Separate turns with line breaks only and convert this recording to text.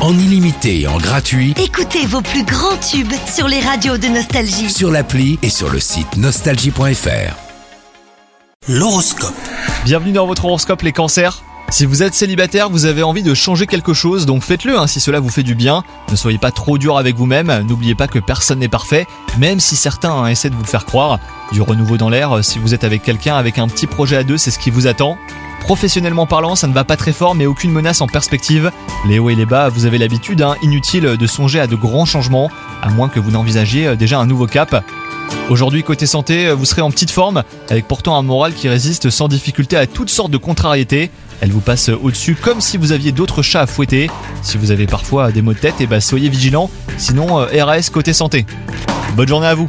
en illimité et en gratuit
Écoutez vos plus grands tubes sur les radios de Nostalgie.
sur l'appli et sur le site nostalgie.fr. L'horoscope.
Bienvenue dans votre horoscope les cancers. Si vous êtes célibataire, vous avez envie de changer quelque chose, donc faites-le hein, si cela vous fait du bien. Ne soyez pas trop dur avec vous-même, n'oubliez pas que personne n'est parfait, même si certains hein, essaient de vous le faire croire. Du renouveau dans l'air, si vous êtes avec quelqu'un avec un petit projet à deux, c'est ce qui vous attend. Professionnellement parlant, ça ne va pas très fort, mais aucune menace en perspective. Les hauts et les bas, vous avez l'habitude, hein, inutile de songer à de grands changements, à moins que vous n'envisagiez euh, déjà un nouveau cap. Aujourd'hui, côté santé, euh, vous serez en petite forme, avec pourtant un moral qui résiste sans difficulté à toutes sortes de contrariétés. Elle vous passe euh, au-dessus comme si vous aviez d'autres chats à fouetter. Si vous avez parfois des maux de tête, eh ben, soyez vigilants, sinon euh, RAS côté santé. Bonne journée à vous